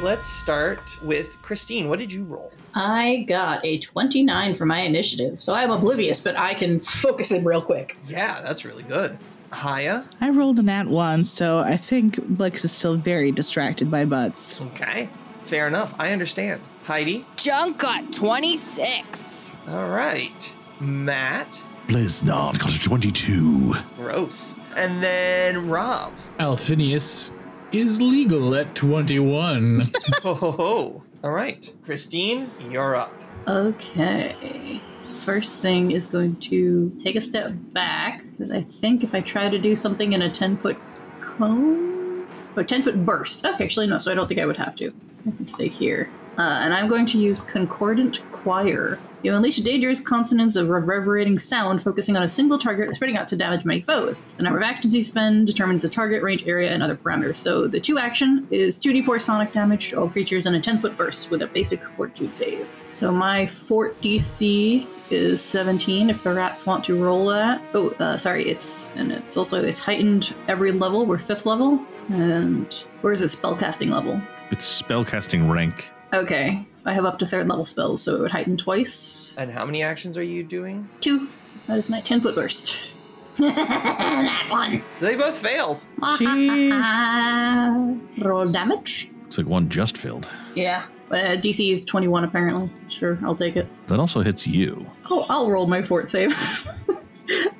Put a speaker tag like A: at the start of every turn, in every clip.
A: let's start with Christine. What did you roll?
B: I got a 29 for my initiative, so I'm oblivious, but I can focus in real quick.
A: Yeah, that's really good. Haya.
C: I rolled a nat one, so I think Blix is still very distracted by butts.
A: Okay. Fair enough. I understand. Heidi.
D: Junk got 26.
A: All right. Matt.
E: Bliznard got a 22.
A: Gross. And then Rob.
F: Alphinius is legal at 21.
A: ho, ho, ho. All right. Christine, you're up.
B: Okay. First thing is going to take a step back, because I think if I try to do something in a 10 foot cone. Oh, 10 foot burst. Okay, actually, no, so I don't think I would have to. I can stay here. Uh, and I'm going to use Concordant Choir. You unleash a dangerous consonance of reverberating sound, focusing on a single target, spreading out to damage many foes. The number of actions you spend determines the target, range, area, and other parameters. So the two action is 2d4 sonic damage to all creatures in a 10 foot burst with a basic fortitude save. So my fort DC is 17 if the rats want to roll that. Oh, uh, sorry, it's and it's also it's heightened every level. We're fifth level, and or is it spellcasting level?
E: It's spellcasting rank.
B: Okay, I have up to third level spells, so it would heighten twice.
A: And how many actions are you doing?
B: Two. That is my 10 foot burst. that one.
A: So they both failed.
C: Sheesh.
B: Roll damage.
E: Looks like one just failed.
B: Yeah. Uh, DC is 21 apparently. Sure, I'll take it.
E: That also hits you.
B: Oh, I'll roll my fort save.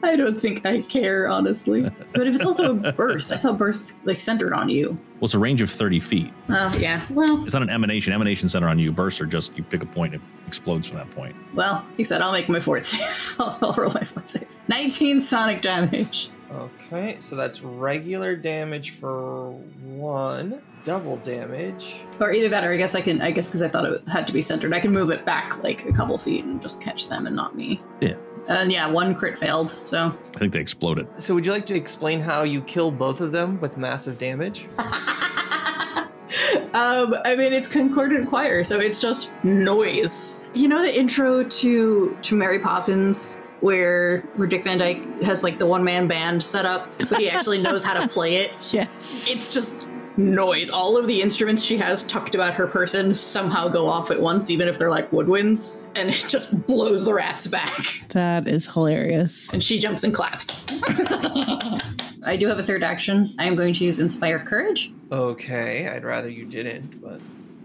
B: I don't think I care, honestly. But if it's also a burst, I thought bursts like centered on you.
E: Well, it's a range of 30 feet.
B: Oh, yeah. Well,
E: It's not an emanation. Emanation center on you. Bursts are just you pick a point and it explodes from that point.
B: well, he said I'll make my fort save. I'll, I'll roll my fort save. 19 sonic damage.
A: Okay, so that's regular damage for one, double damage.
B: Or either that, or I guess I can. I guess because I thought it had to be centered, I can move it back like a couple feet and just catch them and not me.
E: Yeah.
B: And yeah, one crit failed. So
E: I think they exploded.
A: So would you like to explain how you kill both of them with massive damage?
B: um, I mean, it's concordant choir, so it's just noise. You know the intro to to Mary Poppins, where where Dick Van Dyke has like the one man band set up, but he actually knows how to play it.
C: Yes.
B: It's just noise. All of the instruments she has tucked about her person somehow go off at once, even if they're like woodwinds, and it just blows the rats back.
C: That is hilarious.
B: And she jumps and claps. I do have a third action. I am going to use Inspire Courage.
A: Okay, I'd rather you didn't, but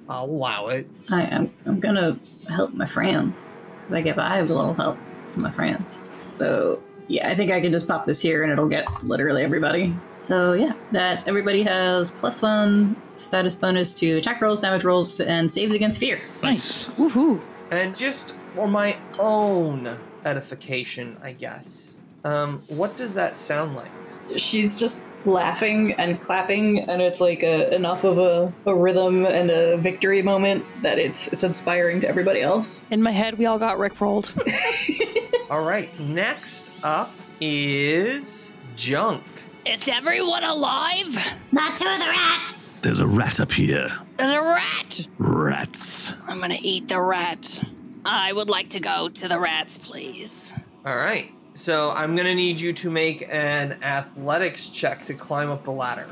A: I'll allow it.
B: I am I'm gonna help my friends because I give I have a little help from my friends. So yeah, I think I can just pop this here and it'll get literally everybody. So yeah, that everybody has plus one status bonus to attack rolls, damage rolls, and saves against fear.
E: Nice.
D: Woohoo.
A: And just for my own edification, I guess. Um, what does that sound like?
B: she's just laughing and clapping and it's like a, enough of a, a rhythm and a victory moment that it's it's inspiring to everybody else
D: In my head, we all got rickrolled.
A: All right, next up is junk.
D: Is everyone alive?
G: Not two of the rats!
E: There's a rat up here.
D: There's a rat.
E: Rats.
D: I'm gonna eat the rat. I would like to go to the rats, please.
A: All right, so I'm gonna need you to make an athletics check to climb up the ladder.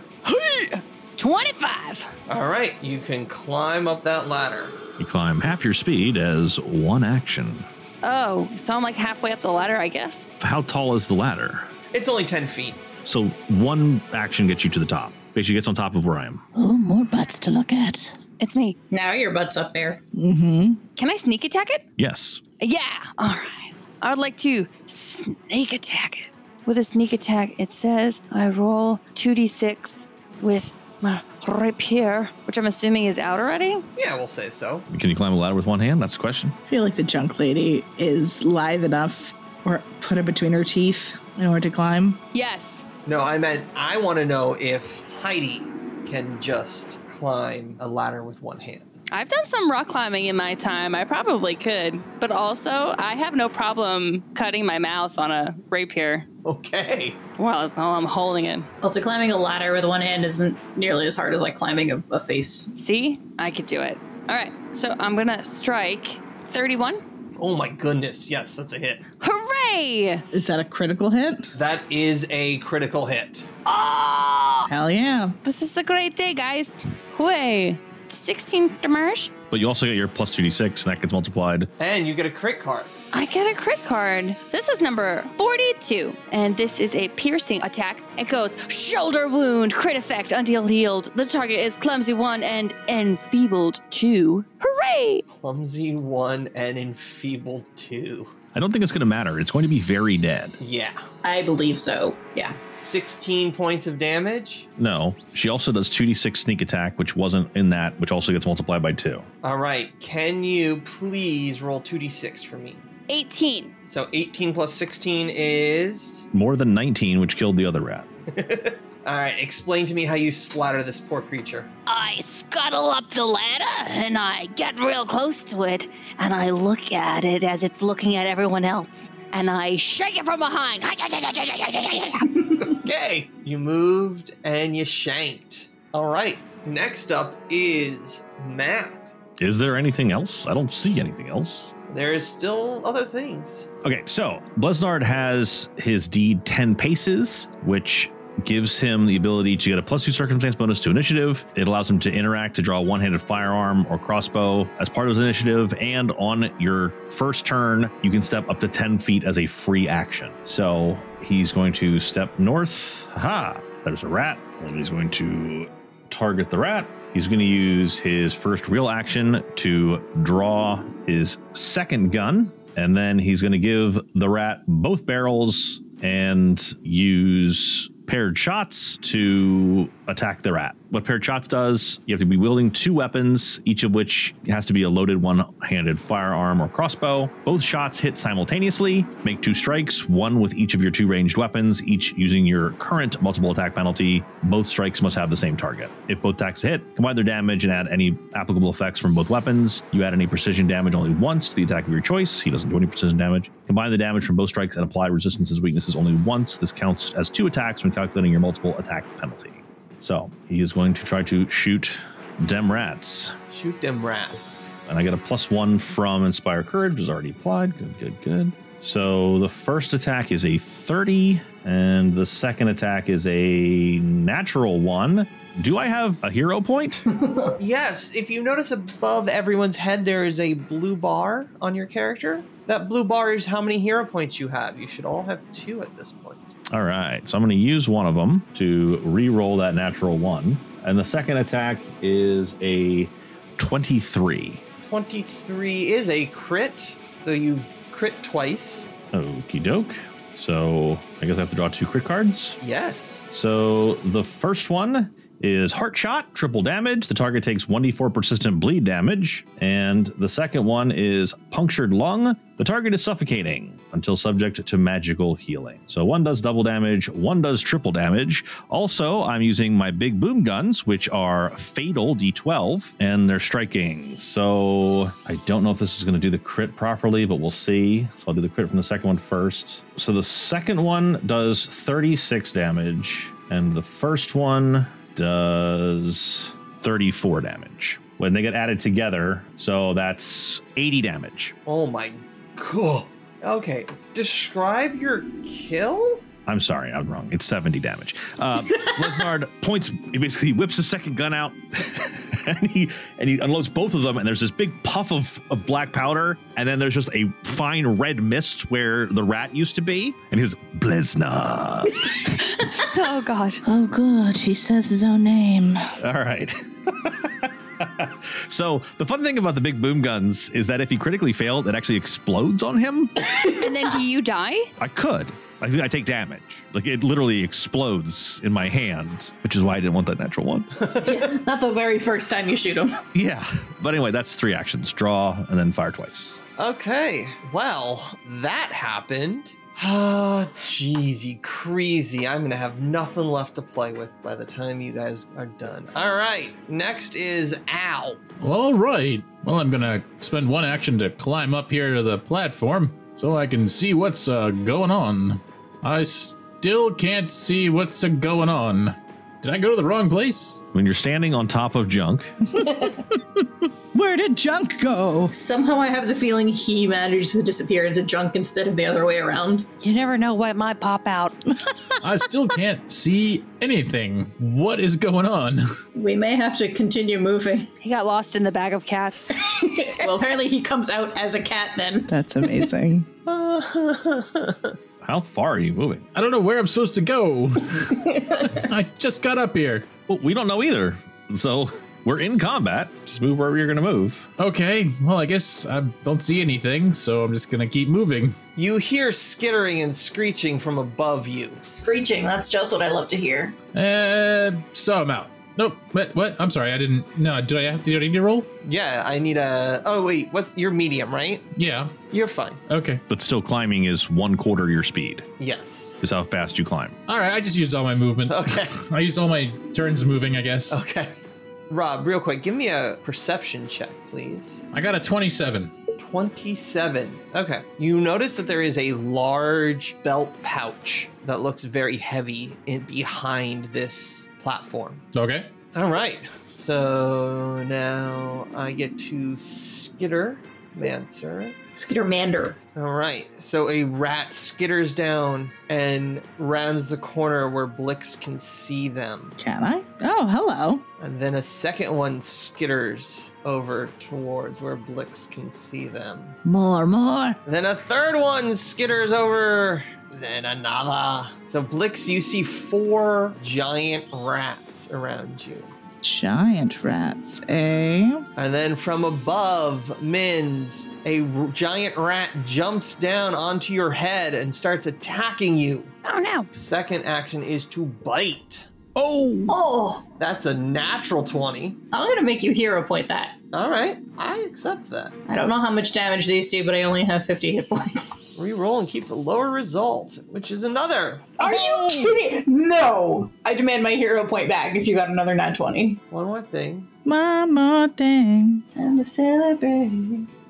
D: 25.
A: All right, you can climb up that ladder.
E: You climb half your speed as one action.
D: Oh, so I'm like halfway up the ladder, I guess.
E: How tall is the ladder?
A: It's only 10 feet.
E: So one action gets you to the top. Basically gets on top of where I am.
H: Oh, more butts to look at.
D: It's me.
B: now your butt's up there
C: Mm-hmm.
D: Can I sneak attack it?
E: Yes.
D: Yeah. All right. I would like to sneak attack it. With a sneak attack, it says I roll 2d6 with my rapier, which I'm assuming is out already.
A: Yeah, we'll say so.
E: Can you climb a ladder with one hand? That's the question.
C: I feel like the junk lady is lithe enough or put it between her teeth in order to climb.
D: Yes.
A: No, I meant I want to know if Heidi can just climb a ladder with one hand.
D: I've done some rock climbing in my time. I probably could. But also, I have no problem cutting my mouth on a rapier
A: Okay.
D: while while I'm holding it.
B: also climbing a ladder with one hand isn't nearly as hard as like climbing a, a face
D: See? I could do it. All right. So I'm going to strike 31.
A: Oh my goodness. Yes, that's a hit.
D: Hooray!
C: Is that a critical hit?
A: That is a critical hit.
C: Hell yeah.
D: This is a great day, guys. Hooray. That's 16 damage.
E: But you also get your plus 2d6, and that gets multiplied.
A: And you get a crit card.
D: I get a crit card. This is number 42, and this is a piercing attack. It goes shoulder wound, crit effect until healed. The target is clumsy one and enfeebled two. Hooray!
A: Clumsy one and enfeebled two.
E: I don't think it's going to matter. It's going to be very dead.
A: Yeah.
B: I believe so. Yeah.
A: 16 points of damage.
E: No. She also does 2d6 sneak attack, which wasn't in that, which also gets multiplied by 2.
A: All right. Can you please roll 2d6 for me?
D: 18.
A: So 18 plus 16 is.
E: More than 19, which killed the other rat.
A: All right. Explain to me how you splatter this poor creature.
D: I scuttle up the ladder and I get real close to it, and I look at it as it's looking at everyone else, and I shake it from behind.
A: Okay. You moved and you shanked. All right. Next up is Matt.
E: Is there anything else? I don't see anything else.
A: There is still other things.
E: Okay, so Blesnard has his deed 10 paces, which gives him the ability to get a plus two circumstance bonus to initiative. It allows him to interact to draw a one handed firearm or crossbow as part of his initiative. And on your first turn, you can step up to 10 feet as a free action. So he's going to step north. Aha! There's a rat. And he's going to target the rat. He's going to use his first real action to draw his second gun, and then he's going to give the rat both barrels and use paired shots to attack the rat. What paired shots does, you have to be wielding two weapons, each of which has to be a loaded one handed firearm or crossbow. Both shots hit simultaneously. Make two strikes, one with each of your two ranged weapons, each using your current multiple attack penalty. Both strikes must have the same target. If both attacks hit, combine their damage and add any applicable effects from both weapons. You add any precision damage only once to the attack of your choice. He doesn't do any precision damage. Combine the damage from both strikes and apply resistances weaknesses only once. This counts as two attacks when calculating your multiple attack penalty. So he is going to try to shoot dem rats.
A: Shoot them rats.
E: And I get a plus one from Inspire Courage, which is already applied. Good, good, good. So the first attack is a 30, and the second attack is a natural one. Do I have a hero point?
A: Yes, if you notice above everyone's head, there is a blue bar on your character. That blue bar is how many hero points you have. You should all have two at this point.
E: All right. So I'm going to use one of them to re roll that natural one. And the second attack is a 23.
A: 23 is a crit, so you crit twice.
E: Okie doke. So I guess I have to draw two crit cards.
A: Yes.
E: So the first one is Heart Shot, triple damage. The target takes 1d4 persistent bleed damage. And the second one is Punctured Lung. The target is suffocating until subject to magical healing. So one does double damage, one does triple damage. Also, I'm using my big boom guns, which are fatal d12, and they're striking. So I don't know if this is going to do the crit properly, but we'll see. So I'll do the crit from the second one first. So the second one does 36 damage, and the first one does 34 damage when they get added together. So that's 80 damage.
A: Oh my god. Okay, describe your kill?
E: I'm sorry, I'm wrong. It's 70 damage. Uh, Lesnard points, he basically whips his second gun out and he and he unloads both of them. And there's this big puff of, of black powder. And then there's just a fine red mist where the rat used to be. And he's Blesnar.
D: oh, God.
H: Oh, good. He says his own name.
E: All right. so the fun thing about the big boom guns is that if he critically failed, it actually explodes on him.
D: And then do you die?
E: I could. I, think I take damage. Like it literally explodes in my hand, which is why I didn't want that natural one.
B: Not the very first time you shoot him.
E: yeah. But anyway, that's three actions draw and then fire twice.
A: Okay, well, that happened. Ah, jeezy crazy. I'm gonna have nothing left to play with by the time you guys are done. All right, next is Al.
F: All right. Well, I'm gonna spend one action to climb up here to the platform so I can see what's uh, going on. I still can't see what's uh, going on. Did I go to the wrong place?
E: When you're standing on top of junk,
C: Where did junk go?
B: Somehow I have the feeling he managed to disappear into junk instead of the other way around.
D: You never know what might pop out.
F: I still can't see anything. What is going on?
B: We may have to continue moving.
D: He got lost in the bag of cats.
B: well, apparently he comes out as a cat then.
C: That's amazing.
E: How far are you moving?
F: I don't know where I'm supposed to go. I just got up here.
E: Well, we don't know either. So we're in combat. Just move wherever you're going to move.
F: Okay, well, I guess I don't see anything, so I'm just gonna keep moving.
A: You hear skittering and screeching from above you.
B: Screeching, that's just what I love to hear.
F: Uh, so I'm out. Nope. What? What? I'm sorry. I didn't. No. Did I have to? Do I need to roll?
A: Yeah, I need a. Oh wait, what's your medium, right?
F: Yeah.
A: You're fine.
F: Okay.
E: But still, climbing is one quarter your speed,
A: Yes.
E: is how fast you climb.
F: All right. I just used all my movement.
A: Okay.
F: I used all my turns moving. I guess.
A: Okay. Rob, real quick, give me a perception check, please.
F: I got a 27.
A: 27. Okay. You notice that there is a large belt pouch that looks very heavy in behind this platform.
F: Okay.
A: All right. So now I get to skitter Mancer.
B: Skittermander.
A: All right. So a rat skitters down and rounds the corner where Blix can see them.
C: Can I? Oh, hello.
A: And then a second one skitters over towards where Blix can see them.
C: More, more.
A: Then a third one skitters over. Then another. So Blix, you see four giant rats around you.
C: Giant rats, eh?
A: And then from above, Mins, a r- giant rat jumps down onto your head and starts attacking you.
D: oh no.
A: Second action is to bite.
B: Oh,
A: That's a natural 20.
B: I'm gonna make you hero point that.
A: All right, I accept that.
B: I don't know how much damage these do, but I only have 50 hit points.
A: Reroll and keep the lower result, which is another.
B: Are you kidding? No! I demand my hero point back if you got another 920.
A: One more thing.
C: One more thing.
B: Time to celebrate.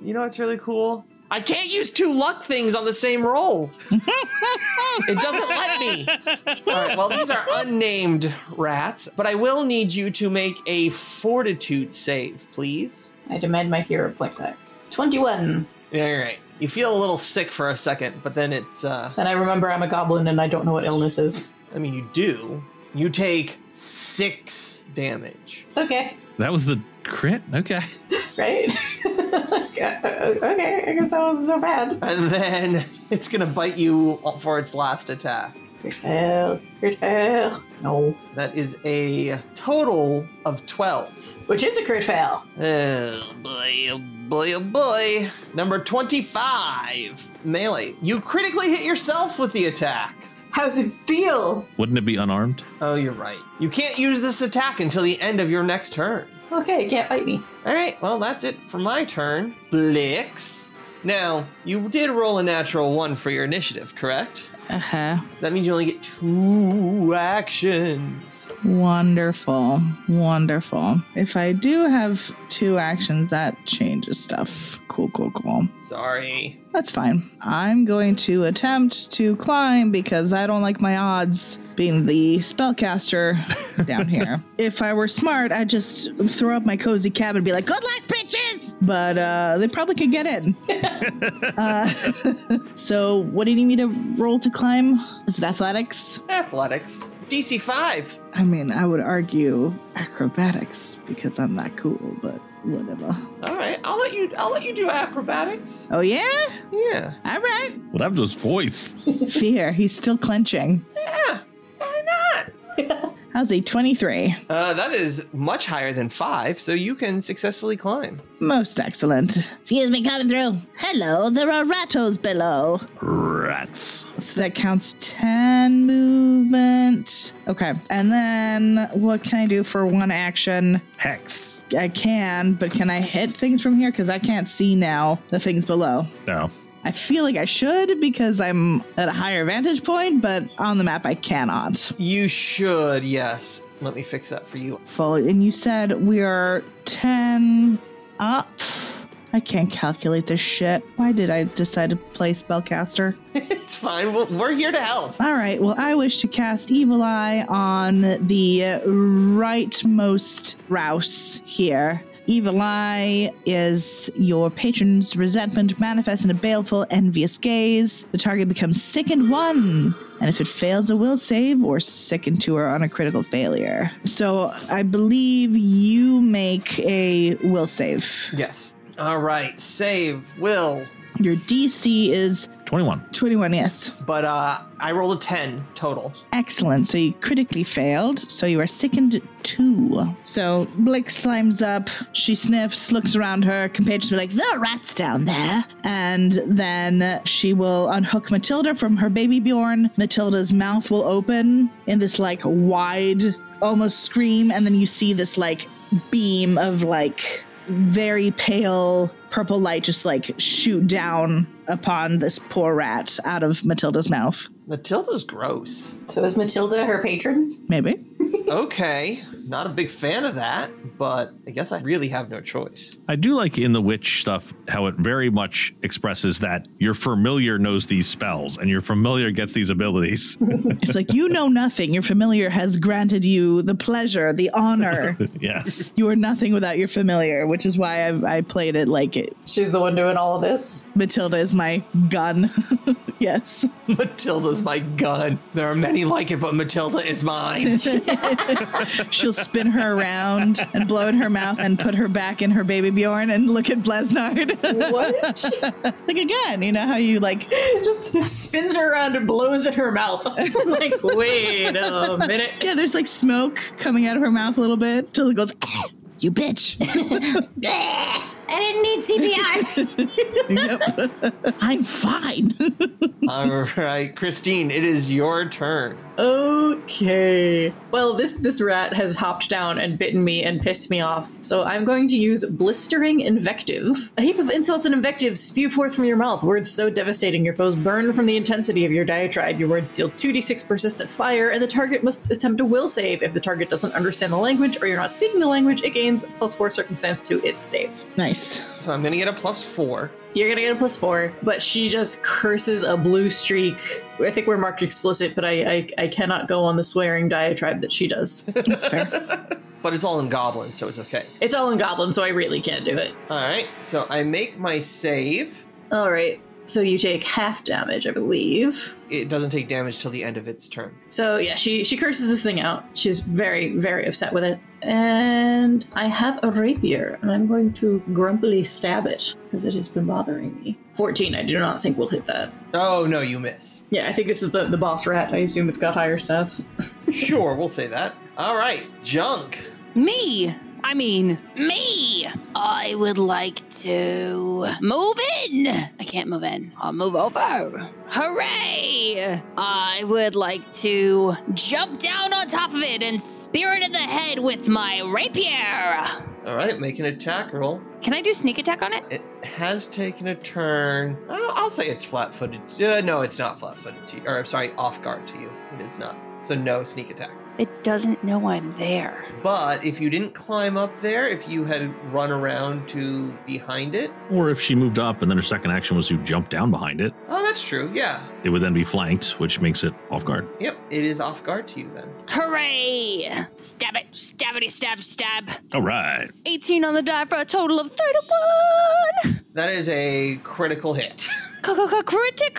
A: You know what's really cool? I can't use two luck things on the same roll. it doesn't let me. All right, well, these are unnamed rats, but I will need you to make a fortitude save, please.
B: I demand my hero point back. 21.
A: All right. You feel a little sick for a second, but then it's, uh,
B: Then I remember I'm a goblin and I don't know what illness is.
A: I mean, you do. You take six damage.
B: Okay.
E: That was the crit? Okay.
B: Right? okay, I guess that wasn't so bad.
A: And then it's going to bite you for its last attack.
B: Great fail. Great fail. No.
A: That is a total of 12.
B: Which is a crit fail.
A: Oh boy, oh boy, oh boy. Number 25, melee. You critically hit yourself with the attack.
B: How's it feel?
E: Wouldn't it be unarmed?
A: Oh, you're right. You can't use this attack until the end of your next turn.
B: Okay, it can't bite me.
A: All right, well, that's it for my turn. Blix. Now, you did roll a natural one for your initiative, correct?
C: Uh huh.
A: So that means you only get two actions.
C: Wonderful. Wonderful. If I do have two actions, that changes stuff. Cool, cool, cool.
A: Sorry.
C: That's fine. I'm going to attempt to climb because I don't like my odds being the spellcaster down here. If I were smart, I'd just throw up my cozy cab and be like, good luck, bitches! But uh, they probably could get in. uh, so, what do you need me to roll to climb? Is it athletics?
A: Athletics. DC 5.
C: I mean, I would argue acrobatics because I'm not cool, but whatever.
A: All right, I'll let you I'll let you do acrobatics.
C: Oh, yeah?
A: Yeah.
C: All right.
E: What happened to his voice?
C: Fear. He's still clenching.
A: Why not?
C: How's he? 23.
A: Uh, that is much higher than five, so you can successfully climb.
C: Most excellent.
H: Excuse me, coming through.
C: Hello, there are rattos below.
E: Rats.
C: So that counts 10 movement. Okay. And then what can I do for one action?
E: Hex.
C: I can, but can I hit things from here? Because I can't see now the things below.
E: No.
C: I feel like I should because I'm at a higher vantage point, but on the map I cannot.
A: You should, yes. Let me fix that for you.
C: Full. And you said we are 10 up. I can't calculate this shit. Why did I decide to play Spellcaster?
A: it's fine. We'll, we're here to help.
C: All right. Well, I wish to cast Evil Eye on the rightmost Rouse here. Evil Eye is your patron's resentment manifests in a baleful, envious gaze. The target becomes sickened one, and if it fails a will save or sickened two or on a critical failure. So I believe you make a will save.
A: Yes. All right. Save will.
C: Your DC is
E: 21.
C: 21, yes.
A: But uh, I rolled a 10 total.
C: Excellent. So you critically failed. So you are sickened two. So Blake slimes up. She sniffs, looks around her. Compatriots be like, the rat's down there. And then she will unhook Matilda from her baby Bjorn. Matilda's mouth will open in this like wide, almost scream. And then you see this like beam of like very pale purple light just like shoot down upon this poor rat out of Matilda's mouth.
A: Matilda's gross.
I: So is Matilda her patron?
C: Maybe.
A: Okay. Not a big fan of that, but I guess I really have no choice.
E: I do like in the witch stuff how it very much expresses that your familiar knows these spells and your familiar gets these abilities.
C: It's like, you know nothing. Your familiar has granted you the pleasure, the honor.
E: yes.
C: you are nothing without your familiar, which is why I, I played it like it.
I: She's the one doing all of this.
C: Matilda is my gun. yes.
A: Matilda's my gun. There are many like it, but Matilda is mine.
C: She'll spin her around and blow in her mouth and put her back in her baby Bjorn and look at Blasnard.
I: What? she
C: like, again, you know how you like,
I: just spins her around and blows at her mouth. I'm like, wait a minute.
C: yeah, there's like smoke coming out of her mouth a little bit till it goes, "Ah, you bitch.
J: I didn't need CPR.
C: I'm fine.
A: All right, Christine, it is your turn.
B: Okay. Well, this this rat has hopped down and bitten me and pissed me off. So I'm going to use blistering invective. A heap of insults and invectives spew forth from your mouth. Words so devastating your foes burn from the intensity of your diatribe. Your words deal 2d6 persistent fire, and the target must attempt a will save. If the target doesn't understand the language or you're not speaking the language, it gains plus four circumstance to its save.
C: nice.
A: So I'm going to get a plus four.
B: You're gonna get a plus four, but she just curses a blue streak. I think we're marked explicit, but I I, I cannot go on the swearing diatribe that she does.
C: That's fair.
A: But it's all in goblin, so it's okay.
B: it's all in goblin, so I really can't do it.
A: All right, so I make my save.
B: All right, so you take half damage, I believe.
A: It doesn't take damage till the end of its turn.
B: So yeah, she she curses this thing out. She's very very upset with it, and I have a rapier, and I'm going to grumpily stab it because it has been bothering me. Fourteen, I do not think will hit that.
A: Oh, no, you miss.
B: Yeah, I think this is the the boss rat. I assume it's got higher stats.
A: Sure, we'll say that. All right, Junk.
D: Me! I mean, me! I would like to move in! I can't move in. I'll move over. Hooray! I would like to jump down on top of it and spear it in the head with my rapier!
A: All right, make an attack roll.
D: Can I do sneak attack on it?
A: It has taken a turn. Oh, I'll say it's flat footed. Uh, no, it's not flat footed to you. Or, I'm sorry, off guard to you. It is not. So, no sneak attack.
D: It doesn't know I'm there.
A: But if you didn't climb up there, if you had run around to behind it,
E: Or if she moved up and then her second action was to jump down behind it,
A: oh, that's true. Yeah.
E: it would then be flanked, which makes it off guard.
A: Yep. It is off guard to you then.
D: Hooray! Stab it, stabbity stab stab.
E: All right.
D: 18 on the die for a total of 31!
A: That is a critical hit.
D: Critical!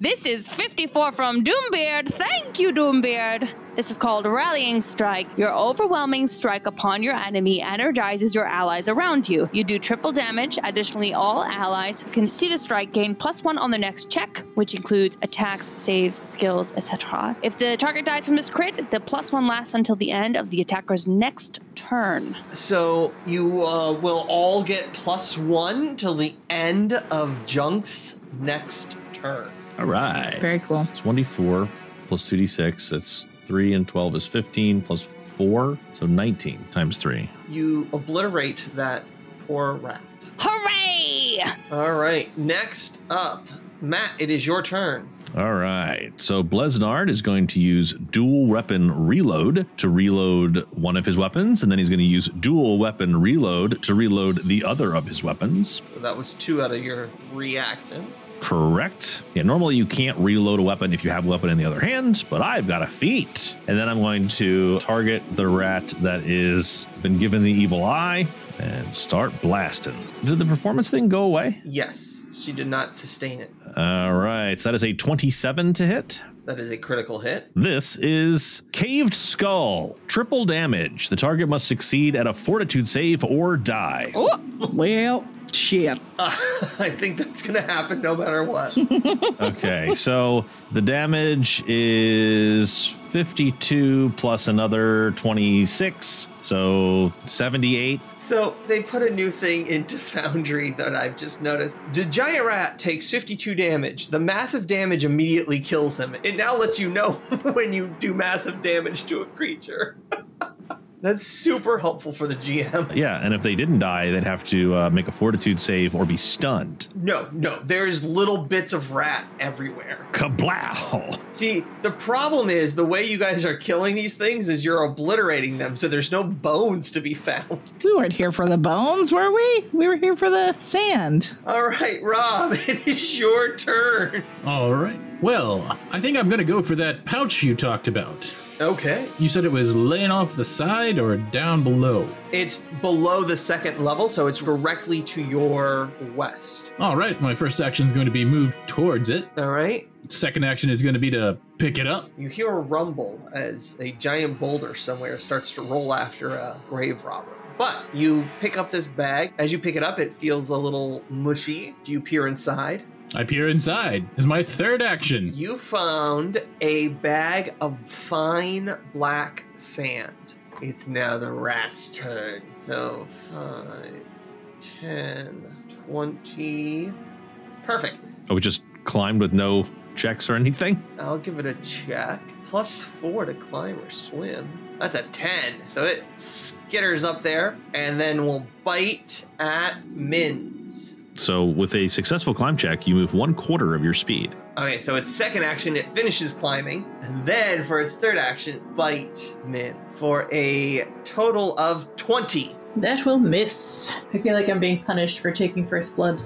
D: This is 54 from Doombeard. Thank you, Doombeard. This is called Rallying Strike. Your overwhelming strike upon your enemy energizes your allies around you. You do triple damage. Additionally, all allies who can see the strike gain plus one on their next check, which includes attacks, saves, skills, etc. If the target dies from this crit, the plus one lasts until the end of the attacker's next turn.
A: So you uh, will all get plus one till the end of Junk's next turn.
E: All right.
C: Very cool.
E: It's 1d4 plus 2d6. That's 3 and 12 is 15 plus 4. So 19 times 3.
A: You obliterate that poor rat.
D: Hooray!
A: All right. Next up, Matt, it is your turn.
E: All right. So Blesnard is going to use dual weapon reload to reload one of his weapons, and then he's going to use dual weapon reload to reload the other of his weapons.
A: So that was two out of your reactants.
E: Correct. Yeah, normally you can't reload a weapon if you have a weapon in the other hand, but I've got a feat. And then I'm going to target the rat that is been given the evil eye and start blasting. Did the performance thing go away?
A: Yes, she did not sustain it.
E: All right. So that is a 27 to hit.
A: That is a critical hit.
E: This is Caved Skull. Triple damage. The target must succeed at a fortitude save or die.
C: Oh, well, shit.
A: Uh, I think that's going to happen no matter what.
E: okay, so the damage is 52 plus another 26, so 78.
A: so they put a new thing into Foundry that I've just noticed. The giant rat takes 52 damage. The massive damage immediately kills them. It now lets you know when you do massive damage to a creature. that's super helpful for the GM.
E: Yeah, and if they didn't die, they'd have to uh, make a fortitude save or be stunned.
A: No, no, there's little bits of rat everywhere.
E: Kablow!
A: See, the problem is the way you guys are killing these things is you're obliterating them, so there's no bones to be found.
C: We weren't here for the bones, were we? We were here for the sand.
A: All right, Rob, it is your turn.
F: All right. Well, I think I'm going to go for that pouch you talked about.
A: Okay.
F: You said it was laying off the side or down below.
A: It's below the second level, so it's directly to your west.
F: All right, my first action is going to be move towards it.
A: All right.
F: Second action is going to be to pick it up.
A: You hear a rumble as a giant boulder somewhere starts to roll after a grave robber. But you pick up this bag. As you pick it up, it feels a little mushy. Do you peer inside?
F: I peer inside. Is my third action.
A: You found a bag of fine black sand. It's now the rat's turn. So 5, 10, 20. Perfect.
E: Oh, we just climbed with no checks or anything?
A: I'll give it a check. Plus 4 to climb or swim. That's a 10. So it skitters up there and then will bite at Min's.
E: So with a successful climb check, you move one quarter of your speed.
A: Okay, so its second action, it finishes climbing, and then for its third action, bite Min for a total of 20.
J: That will miss. I feel like I'm being punished for taking first blood.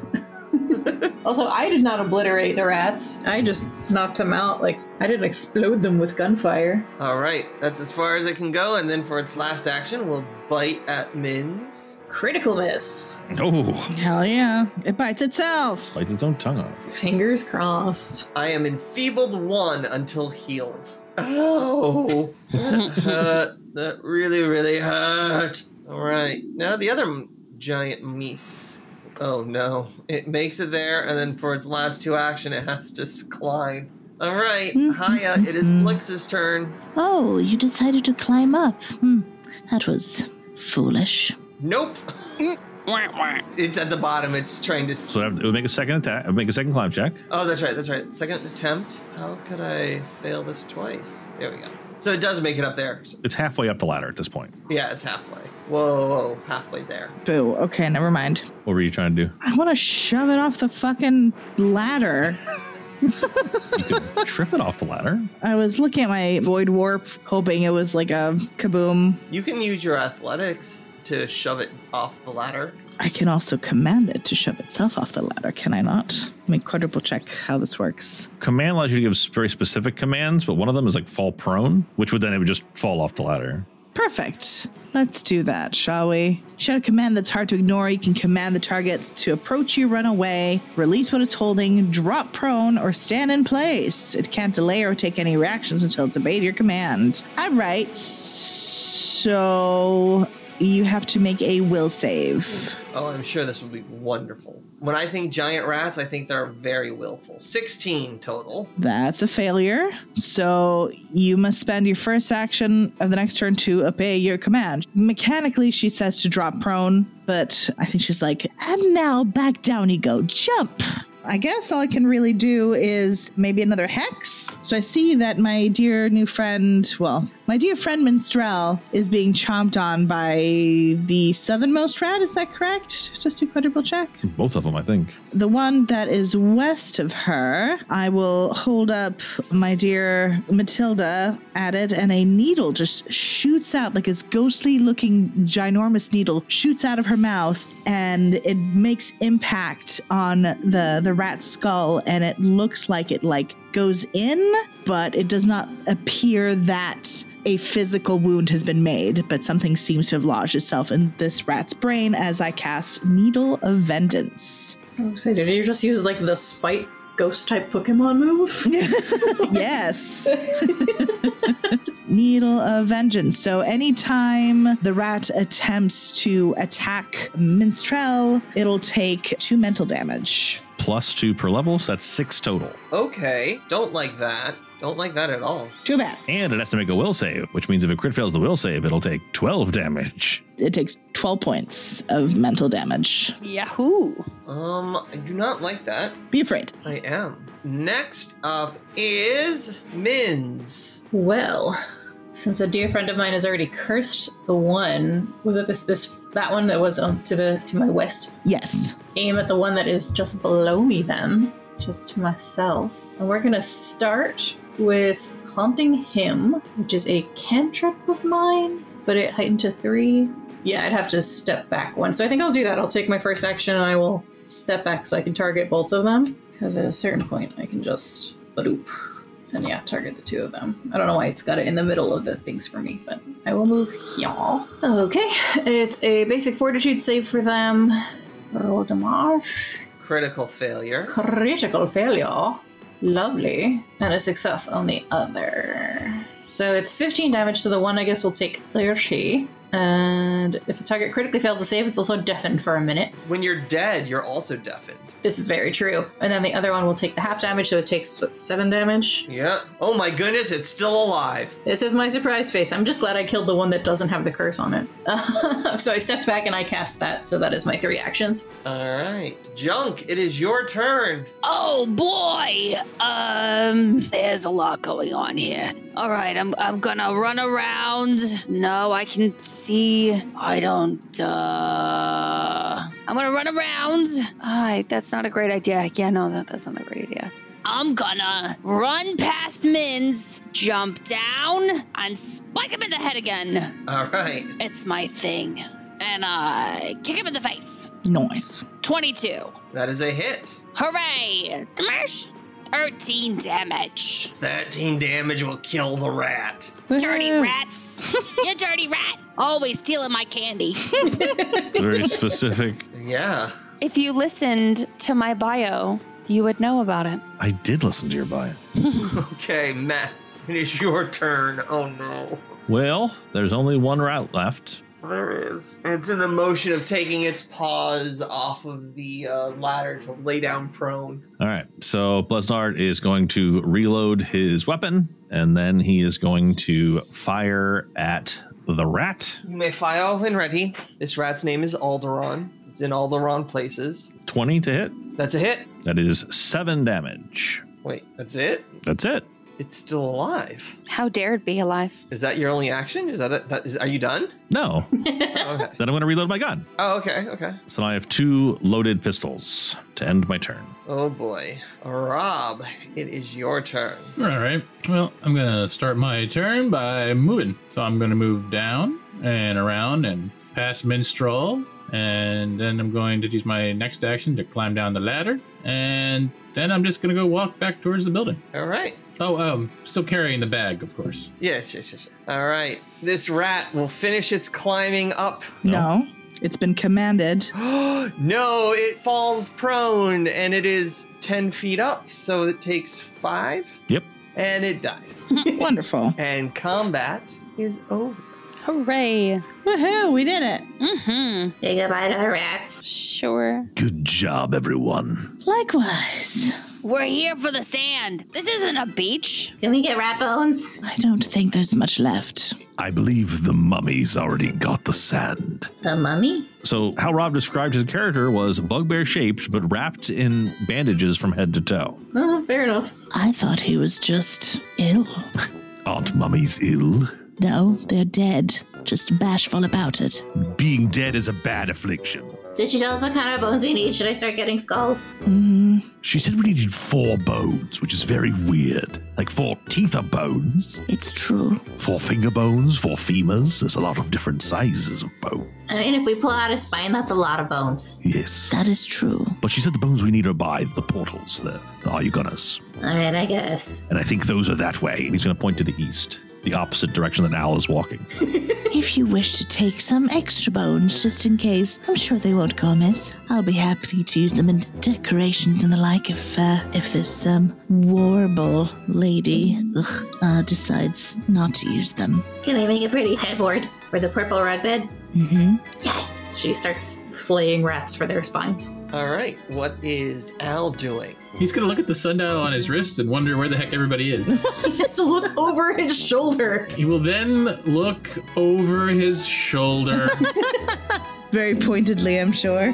J: also, I did not obliterate the rats. I just knocked them out. Like, I didn't explode them with gunfire.
A: All right, that's as far as it can go, and then for its last action, we'll bite at Min's.
J: Critical miss.
E: Oh,
C: Hell yeah. It bites itself.
E: bites its own tongue off.
J: Fingers crossed.
A: I am enfeebled one until healed. Oh, that hurt. That really, really hurt. All right, now the other m- giant meese. Oh no, it makes it there, and then for its last two action, it has to s- climb. All right, Haya, it is Blix's turn.
H: Oh, you decided to climb up. Hmm. That was foolish.
A: Nope,
D: Wah, wah.
A: it's at the bottom. It's trying to. s-
E: So it would make a second attack. It would make a second climb check.
A: Oh, that's right, that's right. Second attempt. How could I fail this twice? There we go. So it does make it up there. So-
E: It's halfway up the ladder at this point.
A: yeah, it's halfway. Whoa, whoa, whoa, halfway there.
C: Boo. Okay, never mind.
E: What were you trying to do?
C: I want to shove it off the fucking ladder.
E: You could trip it off the ladder.
C: I was looking at my void warp, hoping it was like a kaboom.
A: You can use your athletics to shove it off the ladder.
C: I can also command it to shove itself off the ladder, can I not? Let me quadruple check how this works.
E: Command allows you to give very specific commands, but one of them is like fall prone, which would then it would just fall off the ladder.
C: Perfect. Let's do that, shall we? Shout a command that's hard to ignore. You can command the target to approach you, run away, release what it's holding, drop prone, or stand in place. It can't delay or take any reactions until it's obeyed your command. All right. So you have to make a will save.
A: Oh, I'm sure this would be wonderful. When I think giant rats, I think they're very willful. 16 total.
C: That's a failure. So you must spend your first action of the next turn to obey your command. Mechanically, she says to drop prone, but I think she's like, and now back down you go, jump. I guess all I can really do is maybe another hex. So I see that my dear new friend, well, my dear friend Minstrel is being chomped on by the southernmost rat. Is that correct? Just to quadruple check.
E: Both of them, I think.
C: The one that is west of her, I will hold up my dear Matilda at it, and a needle just shoots out like this ghostly looking ginormous needle shoots out of her mouth and it makes impact on the the rat's skull and it looks like it like goes in but it does not appear that a physical wound has been made but something seems to have lodged itself in this rat's brain as i cast needle of vengeance
B: I'm excited. Did you just use like the spite ghost type Pokemon move?
C: yes. Needle of Vengeance. So anytime the rat attempts to attack Minstrel, it'll take two mental damage.
E: Plus two per level, so that's six total.
A: Okay, don't like that. Don't like that at all.
C: Too bad.
E: And it has to make a will save, which means if a crit fails the will save, it'll take 12 damage.
C: It takes 12 points of mental damage.
J: Yahoo!
A: Um, I do not like that.
C: Be afraid.
A: I am. Next up is Mins.
B: well, since a dear friend of mine has already cursed the one, was it this this that one that was on to the to my west?
C: Yes.
B: Aim at the one that is just below me, then just to myself, and we're gonna start with haunting him, which is a cantrip of mine, but it's heightened to three. Yeah, I'd have to step back one, so I think I'll do that. I'll take my first action and I will step back so I can target both of them. Because at a certain point, I can just badoop. And yeah, target the two of them. I don't know why it's got it in the middle of the things for me, but I will move y'all. Okay, it's a basic fortitude save for them. Roll damage.
A: Critical failure.
B: Critical failure. Lovely. And a success on the other. So it's 15 damage to the one, I guess will take 30. And if the target critically fails to save, it's also deafened for a minute.
A: When you're dead, you're also deafened.
B: This is very true. And then the other one will take the half damage, so it takes, what, seven damage?
A: Yeah. Oh my goodness, it's still alive.
B: This is my surprise face. I'm just glad I killed the one that doesn't have the curse on it. so I stepped back and I cast that, so that is my three actions.
A: All right. Junk, it is your turn.
J: Oh boy! Um, there's a lot going on here. All right, I'm I'm gonna run around. No, I can see. I don't. Uh, I'm gonna run around. I. That's not a great idea. Yeah, no, that, that's not a great idea. I'm gonna run past Mins, jump down, and spike him in the head again.
A: All right.
J: It's my thing. And I kick him in the face.
C: Nice.
J: 22.
A: That is a hit.
J: Hooray! Damage! 13 damage.
A: 13 damage will kill the rat.
J: Dirty
C: Woohoo.
J: rats. you dirty rat. Always stealing my candy.
E: Very specific.
A: Yeah.
J: If you listened to my bio, you would know about it.
E: I did listen to your bio.
A: Okay, Matt, it is your turn. Oh no.
E: Well, there's only one route left.
A: There is. And it's in the motion of taking its paws off of the uh, ladder to lay down prone.
E: All right, so Blesnard is going to reload his weapon, and then he is going to fire at the rat.
A: You may fire when ready. This rat's name is Alderon. It's in Alderon places.
E: 20 to hit.
A: That's a hit.
E: That is seven damage.
A: Wait, that's it?
E: That's it.
A: It's still alive.
J: How dare it be alive?
A: Is that your only action? Is that it? That is, are you done?
E: No. then
A: Okay.
E: I'm going to reload my gun.
A: Oh, okay, okay.
E: So now I have two loaded pistols to end my turn.
A: Oh boy. Rob, it is your turn.
F: All right. Well, I'm gonna start my turn by moving. So I'm gonna move down and around and past Minstrel, and then I'm going to use my next action to climb down the ladder, and then I'm just gonna go walk back towards the building.
A: All right.
F: Oh, um, still carrying the bag, of course.
A: Yes, yes, yes. yes. All right. This rat will finish its climbing up.
E: No.
C: No. It's been commanded.
A: no, it falls prone and it is 10 feet up, so it takes five
E: Yep.
A: and it dies.
C: Wonderful.
A: and combat is over.
J: Hooray.
C: Woohoo, we did it.
J: Mm
D: Say goodbye to the rats.
J: hmm. Sure.
E: Good job, everyone.
H: Likewise.
D: We're here for the sand. This isn't a beach.
G: Can we get rat bones?
H: I don't think there's much left.
E: I believe the mummies already got the sand.
G: The mummy?
E: So, how Rob described his character was bugbear shaped, but wrapped in bandages from head to toe.
J: Oh, fair enough.
H: I thought he was just ill.
E: Aren't mummies ill?
H: No, they're dead. Just bashful about it.
E: Being dead is a bad affliction.
G: Did she tell us what kind of bones we need? Should I start getting skulls?
H: Mm,
E: She said we needed four bones, which is very weird. Like four teeth are bones,
H: It's true.
E: four finger bones, four femurs. There's a lot of different sizes of bone.
G: I mean, if we pull out a spine, that's a lot of bones.
E: Yes.
H: That is true.
E: But she said the bones we need are by the portals, the, the Ayuganas.
G: All right, I guess.
E: And I think those are that way. And he's going to point to the east, the opposite direction that Al is walking.
H: If you wish to take some extra bones, just in case, I'm sure they won't go amiss. I'll be happy to use them in decorations and the like if uh, if this um, warble lady ugh, uh, decides not to use them.
G: Can we make a pretty headboard for the purple rug bed?
C: Mm-hmm.
H: hmm
J: She starts flaying rats for their spines.
A: All right, what is Al doing?
F: He's gonna look at the sundial on his wrist and wonder where the heck everybody is.
J: He has to look over his shoulder.
F: he will then look over his shoulder.
C: Very pointedly, I'm sure.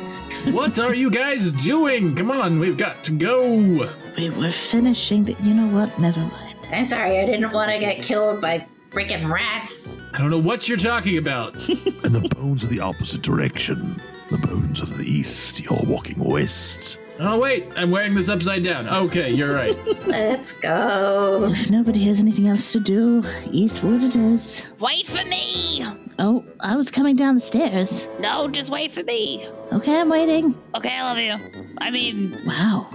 F: what are you guys doing? Come on, we've got to go.
H: We were finishing the. You know what? Never mind.
G: I'm sorry, I didn't want to get killed by freaking rats.
F: I don't know what you're talking about.
E: and the bones are the opposite direction. The bones of the east. You're walking west.
F: Oh wait, I'm wearing this upside down. Okay, you're right.
G: Let's go.
H: If nobody has anything else to do, eastward it is.
D: Wait for me.
H: Oh, I was coming down the stairs.
D: No, just wait for me.
H: Okay, I'm waiting.
D: Okay, I love you. I mean,
H: Wow.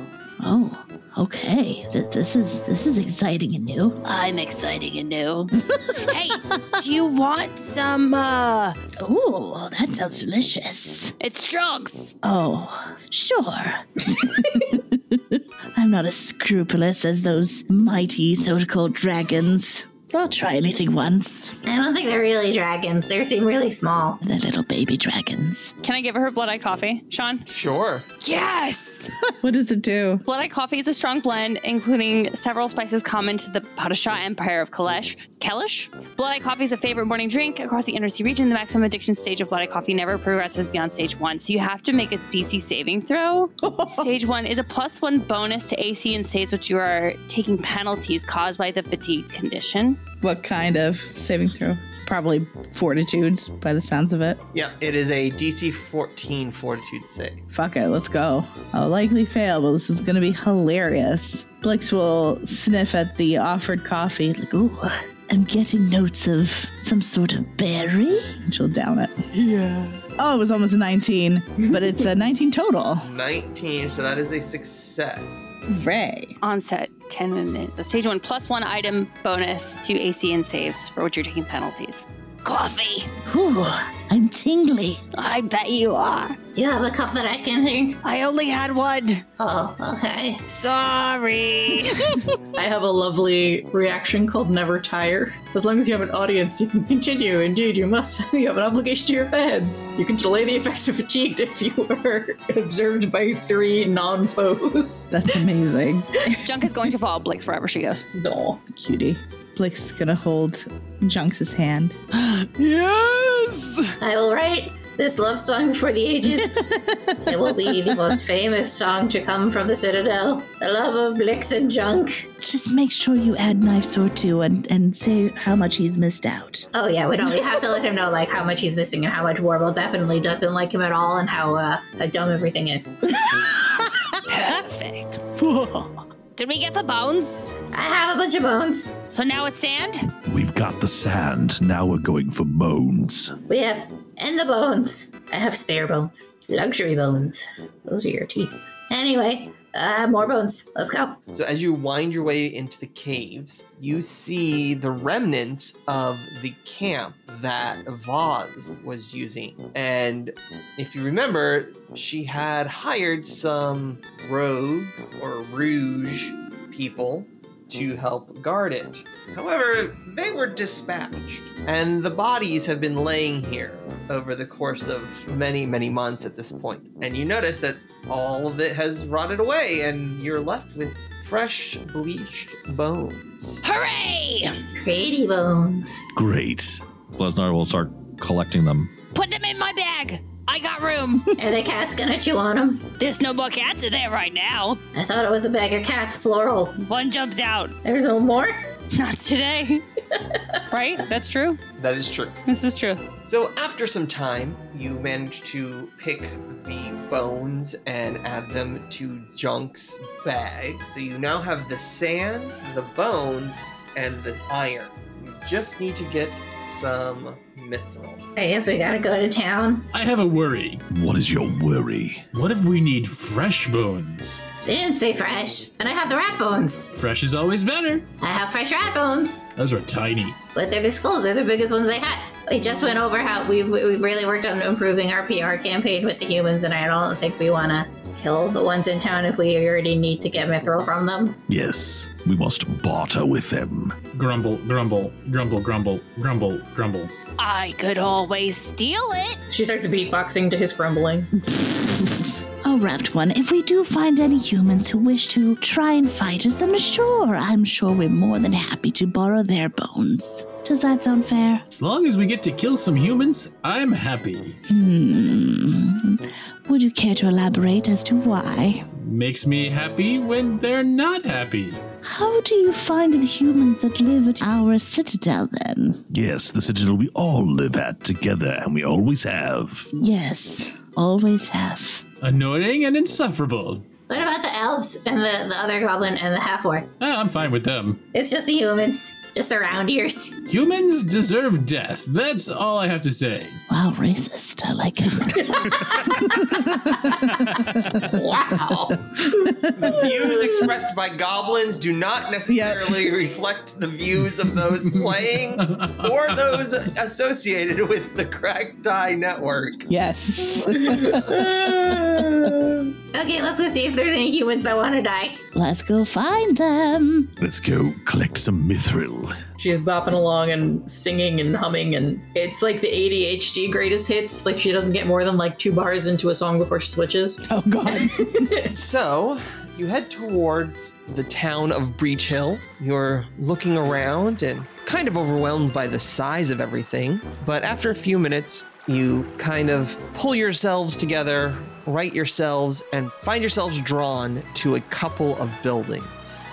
H: Oh. Okay. Th- this is this is exciting and new.
D: I'm exciting and new. hey, do you want some, uh,
H: Ooh, that sounds delicious.
D: it's drugs.
H: Oh, sure. I'm not as scrupulous as those mighty so-called dragons. I'll try anything once.
G: I don't think they're really dragons. They seem really small.
H: The little baby dragons.
D: Can I give her blood eye coffee, Sean?
A: Sure.
D: Yes!
C: What does it do?
D: Blood Eye Coffee is a strong blend, including several spices common to the Padishah Empire of Kalesh. Kelesh? Blood Eye Coffee is a favorite morning drink across the inner sea region. The maximum addiction stage of Blood Eye Coffee never progresses beyond stage one, so you have to make a DC saving throw. stage one is a plus one bonus to AC and saves which you are taking penalties caused by the fatigue condition.
C: What kind of saving throw? Probably fortitudes by the sounds of it.
A: Yep, it is a DC 14 fortitude save.
C: Fuck it, let's go. I'll likely fail, but this is gonna be hilarious. Blix will sniff at the offered coffee, like,
H: Like, ooh, I'm getting notes of some sort of berry.
C: and she'll down it. Yeah. Oh, it was almost 19, but it's a 19 total.
A: 19, so that is a success.
C: Ray.
D: Onset 10 minute. So Stage one plus one item bonus to AC and saves for which you're taking penalties. Coffee!
H: Ooh, I'm tingly.
D: I bet you are.
G: Do you have a cup that I can drink?
D: I only had one.
G: Oh, okay.
D: Sorry.
J: I have a lovely reaction called Never Tire. As long as you have an audience, you can continue. Indeed, you must. You have an obligation to your fans. You can delay the effects of fatigue if you are observed by three non foes.
C: That's amazing.
D: Junk is going to follow Blix wherever she goes.
J: No.
C: Cutie. Blix is gonna hold Junks' hand.
D: Yes!
G: I will write this love song for the ages. it will be the most famous song to come from the Citadel. The love of Blix and Junk.
H: Just make sure you add knife sword too, and and say how much he's missed out.
G: Oh yeah, we don't. We have to let him know like how much he's missing and how much Warble definitely doesn't like him at all and how uh, how dumb everything is.
D: Perfect. Did we get the bones?
G: I have a bunch of bones.
D: So now it's sand?
E: We've got the sand. Now we're going for bones.
G: We have and the bones. I have spare bones, luxury bones. Those are your teeth. Anyway, uh, more bones. Let's go.
A: So as you wind your way into the caves, you see the remnants of the camp that Vaz was using. And if you remember, she had hired some rogue or rouge people to help guard it. However, they were dispatched, and the bodies have been laying here over the course of many, many months at this point. And you notice that all of it has rotted away, and you're left with fresh bleached bones.
J: Hooray!
G: Pretty bones.
K: Great. Blesnar will start collecting them.
J: Put them in my bag. I got room.
G: Are the cats gonna chew on them?
J: There's no more cats in there right now.
G: I thought it was a bag of cats, plural.
J: One jumps out.
G: There's no more?
J: Not today. right? That's true.
A: That is true.
J: This is true.
A: So after some time, you manage to pick the bones and add them to Junk's bag. So you now have the sand, the bones, and the iron. You just need to get some mithril.
G: I guess we gotta go to town.
F: I have a worry.
K: What is your worry?
F: What if we need fresh bones?
G: She didn't say fresh. And I have the rat bones.
F: Fresh is always better.
G: I have fresh rat bones.
F: Those are tiny.
G: But they're the skulls. They're the biggest ones they had. We just went over how we, we really worked on improving our PR campaign with the humans, and I don't think we want to kill the ones in town if we already need to get mithril from them.
K: Yes, we must barter with them.
F: Grumble, grumble, grumble, grumble, grumble, grumble.
J: I could always steal it.
B: She starts beatboxing to his grumbling.
H: Oh, Rapt One, if we do find any humans who wish to try and fight us, then sure, I'm sure we're more than happy to borrow their bones. Does that sound fair?
F: As long as we get to kill some humans, I'm happy.
H: Hmm. Would you care to elaborate as to why?
F: Makes me happy when they're not happy.
H: How do you find the humans that live at our citadel then?
K: Yes, the citadel we all live at together, and we always have.
H: Yes, always have.
F: Annoying and insufferable.
G: What about the elves and the, the other goblin and the half orc?
F: Ah, I'm fine with them.
G: It's just the humans, just the round ears.
F: Humans deserve death. That's all I have to say.
H: Wow, racist. I like it.
G: Wow.
A: The views expressed by goblins do not necessarily reflect the views of those playing or those associated with the Crack Die Network.
L: Yes.
G: okay, let's go see if there's any humans that want to die.
H: Let's go find them.
K: Let's go collect some mithril.
B: She's bopping along and singing and humming, and it's like the ADHD greatest hits. Like she doesn't get more than like two bars into a song before she switches.
L: Oh God.
A: So you head towards the town of Breach Hill. You're looking around and kind of overwhelmed by the size of everything. But after a few minutes, you kind of pull yourselves together, right yourselves, and find yourselves drawn to a couple of buildings.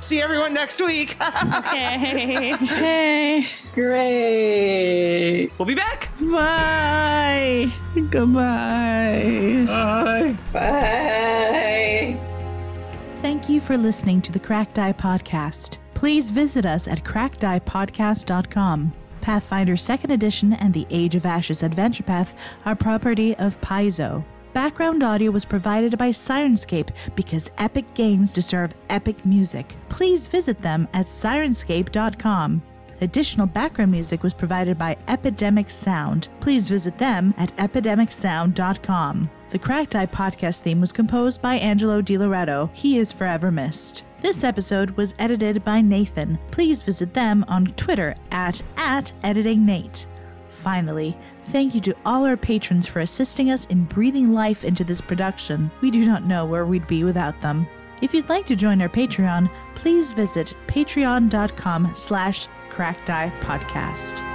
A: See everyone next week.
J: Okay.
L: Hey.
B: Great.
A: we'll be back.
L: Bye. Goodbye.
F: Bye.
G: Bye.
C: Thank you for listening to the Crack Die Podcast. Please visit us at crackdiepodcast.com. Pathfinder 2nd Edition and the Age of Ashes Adventure Path are property of Paizo. Background audio was provided by Sirenscape because epic games deserve epic music. Please visit them at sirenscape.com. Additional background music was provided by Epidemic Sound. Please visit them at epidemicsound.com. The Cracked Eye podcast theme was composed by Angelo DiLoretto. He is forever missed. This episode was edited by Nathan. Please visit them on Twitter at, at editingnate. Finally, thank you to all our patrons for assisting us in breathing life into this production. We do not know where we'd be without them. If you'd like to join our Patreon, please visit patreon.com slash crackdiepodcast. podcast.